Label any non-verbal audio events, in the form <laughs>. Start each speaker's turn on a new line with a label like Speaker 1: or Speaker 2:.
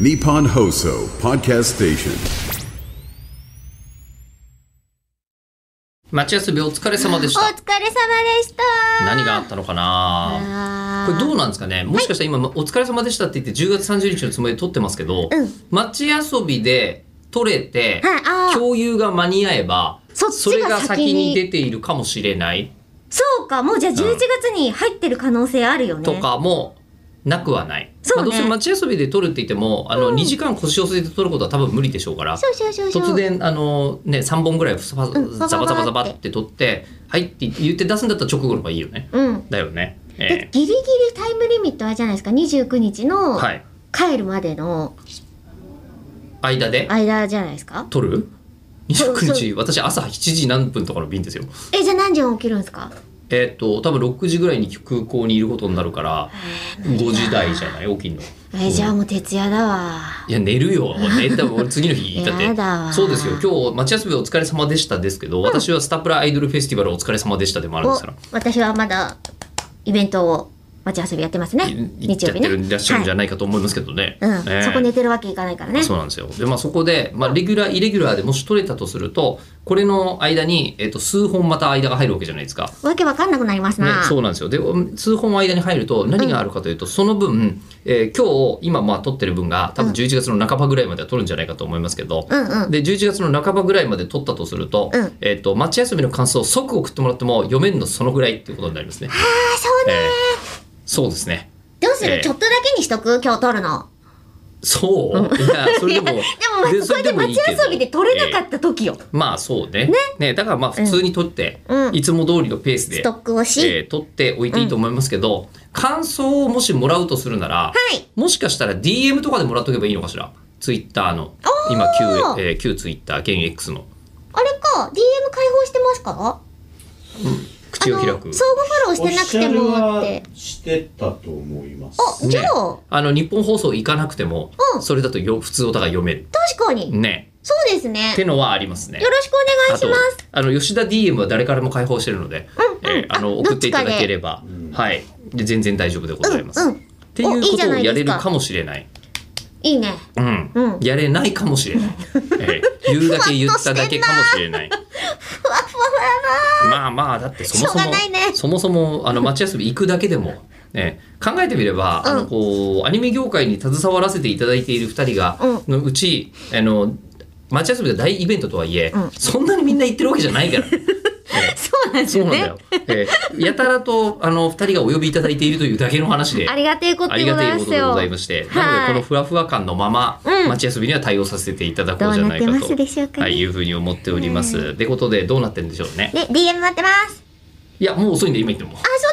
Speaker 1: Nippon Hoso Podcast Station.
Speaker 2: 待ち休みお疲れ様でし
Speaker 3: お疲
Speaker 2: た
Speaker 3: れ様でした。
Speaker 2: 何があったのかな
Speaker 3: あ
Speaker 2: これどうなんですかねもしかしたら今、お疲れ様でしたって言って10月30日のつもりで撮ってますけど、
Speaker 3: うん
Speaker 2: 街遊びで撮れて、
Speaker 3: はいあー
Speaker 2: 共有が間に合えば
Speaker 3: そっちが
Speaker 2: れが先
Speaker 3: 先
Speaker 2: に
Speaker 3: に
Speaker 2: 出ているかもしれない
Speaker 3: そうか、もうじゃあ11月に入ってる可能性あるよね。
Speaker 2: とかもなくはない、
Speaker 3: そ
Speaker 2: ま
Speaker 3: うね
Speaker 2: あ、どうせ街遊びで撮るって言ってもあの、2時間腰を据えて撮ることは多分無理でしょうから
Speaker 3: そうそうそうそう。
Speaker 2: 突然あの、ね、3本ぐらいふさふ
Speaker 3: うん
Speaker 2: ざザバザバザバって撮って「はい」って言って出すんだったら直後の方がいいよね。
Speaker 3: うん。
Speaker 2: だよね。え
Speaker 3: でギリギリタイムリミットあれじゃないですか。29日
Speaker 2: え
Speaker 3: の
Speaker 2: はい、
Speaker 3: 帰るまでの
Speaker 2: 間で
Speaker 3: 間じゃないですか。
Speaker 2: 撮る
Speaker 3: そう
Speaker 2: 29
Speaker 3: そ
Speaker 2: 日 <laughs> 私朝7時何分とかの便ですよ
Speaker 3: え、じゃあ何時に起きるんですか
Speaker 2: えーっと多分6時ぐらいに空港にいることになるから5時台じゃない起きんの
Speaker 3: え、じゃあもう徹夜だわ。
Speaker 2: いや寝るよ寝た俺次の
Speaker 3: <laughs>
Speaker 2: 日だっ
Speaker 3: やだわ
Speaker 2: てそうですよ今日町休みお疲れ様でしたですけど、私はスタプラアイドルフェスティバルお疲れ様でしたでもあるん
Speaker 3: お
Speaker 2: ですから、
Speaker 3: 私はまだイベントを待ち遊びやってますね。
Speaker 2: い行っ
Speaker 3: 日
Speaker 2: ち
Speaker 3: 曜
Speaker 2: ゃっ
Speaker 3: 日
Speaker 2: て
Speaker 3: ね。
Speaker 2: るいらっしゃるんじゃ
Speaker 3: はい
Speaker 2: ないかと思いますけどね、
Speaker 3: うん、
Speaker 2: ええ
Speaker 3: そこ寝てるわけいかないからね。
Speaker 2: そうなんですよ。で、まあ、そこで、まあ、レギュラー、イレギュラーでもし取れたとすると、これの間に、えっと、数本また間が入るわけじゃないですか。
Speaker 3: わけわかんなくなります
Speaker 2: ね
Speaker 3: な。、
Speaker 2: そうなんですよ。で、数本間に入ると、何があるかというと、その分、えー今日、今、まあ、取ってる分が、多分11月の半ばぐらいまでは取るんじゃないかと思いますけど、
Speaker 3: うんうん
Speaker 2: で、11月の半ばぐらいまで取ったとすると、
Speaker 3: うん
Speaker 2: えっと、町休みの感想を即送ってもらっても、読めんのそのぐらいっていうことになりますね。
Speaker 3: あ、そうね。
Speaker 2: えーそうですね。
Speaker 3: どうする、
Speaker 2: ええ
Speaker 3: ちょっとだけにしとく今日撮るの。
Speaker 2: そう、いや、それでも、
Speaker 3: いやでも、それで
Speaker 2: もい
Speaker 3: 街
Speaker 2: いけど
Speaker 3: 遊びで取れなかった時よ。
Speaker 2: まあそうね。ね。だからまあ普通に撮って、
Speaker 3: うん
Speaker 2: いつも通りのペースで、
Speaker 3: ストックをし
Speaker 2: えー撮っておいていいと思いますけど、感想をもしもらうとするなら、
Speaker 3: はい
Speaker 2: もしかしたら DM とかでもらっとけばいいのかしら。ツイッターの、今
Speaker 3: おー
Speaker 2: 旧、えー、旧ツイッター、現 X の
Speaker 3: あれか、DM 開放してますかあ
Speaker 2: 口を
Speaker 3: の、
Speaker 2: 開
Speaker 3: 相
Speaker 2: く。
Speaker 3: 互フォローしてなくても
Speaker 4: おしゃ
Speaker 3: って
Speaker 4: れは。してたと思います
Speaker 3: あ、じゃあ、
Speaker 2: あの日本放送行かなくても、
Speaker 3: うん
Speaker 2: それだとよ普通お互い読める。
Speaker 3: 確かに。
Speaker 2: ね。
Speaker 3: そうですね。
Speaker 2: ってのはありますね。
Speaker 3: よろしくお願いします。
Speaker 2: あとあの吉田 DM は誰からも開放してるので、えーあの
Speaker 3: あ
Speaker 2: 送っていただければ、はい、で全然大丈夫でございます。
Speaker 3: うんうん
Speaker 2: っていう
Speaker 3: おい
Speaker 2: こ
Speaker 3: いじ
Speaker 2: と
Speaker 3: ゃ
Speaker 2: を
Speaker 3: ないです
Speaker 2: や
Speaker 3: か
Speaker 2: れるかもしれない。
Speaker 3: いいね。
Speaker 2: うん、
Speaker 3: うん
Speaker 2: やれないかもしれない。えー言うだけ言っただけかもしれない。
Speaker 3: ふわふわふわ
Speaker 2: まあまあだってそもそ
Speaker 3: しょう
Speaker 2: も、
Speaker 3: がないね
Speaker 2: そもそもあの街遊び行くだけでも、ね、考えてみれば、あのこうアニメ業界に携わらせていただいている2人が、のうちあの街遊びが大イベントとはいえ、そんなにみんな行ってるわけじゃない
Speaker 3: <laughs>
Speaker 2: から。
Speaker 3: だそうなんです
Speaker 2: そう
Speaker 3: よ
Speaker 2: なんだ
Speaker 3: ね
Speaker 2: よ。。えーやたらとあの二人がお呼びいただいているというだけの話で。
Speaker 3: ありがてえこと
Speaker 2: あ
Speaker 3: で
Speaker 2: り
Speaker 3: ご
Speaker 2: が
Speaker 3: ざ
Speaker 2: た
Speaker 3: い
Speaker 2: いこと
Speaker 3: ます
Speaker 2: でご
Speaker 3: よ
Speaker 2: ざい。まして、
Speaker 3: はい
Speaker 2: なのでこのふわふわ感のまま、
Speaker 3: うん
Speaker 2: 街遊びには対応させていただこうじゃないか
Speaker 3: どうなって
Speaker 2: と
Speaker 3: ますでしょうかね
Speaker 2: はい、いうふうに思っております。ってことでどうなってんでしょうね。
Speaker 3: で、DM 待ってます。
Speaker 2: いやもう遅いんで今言っても。
Speaker 3: あ、そ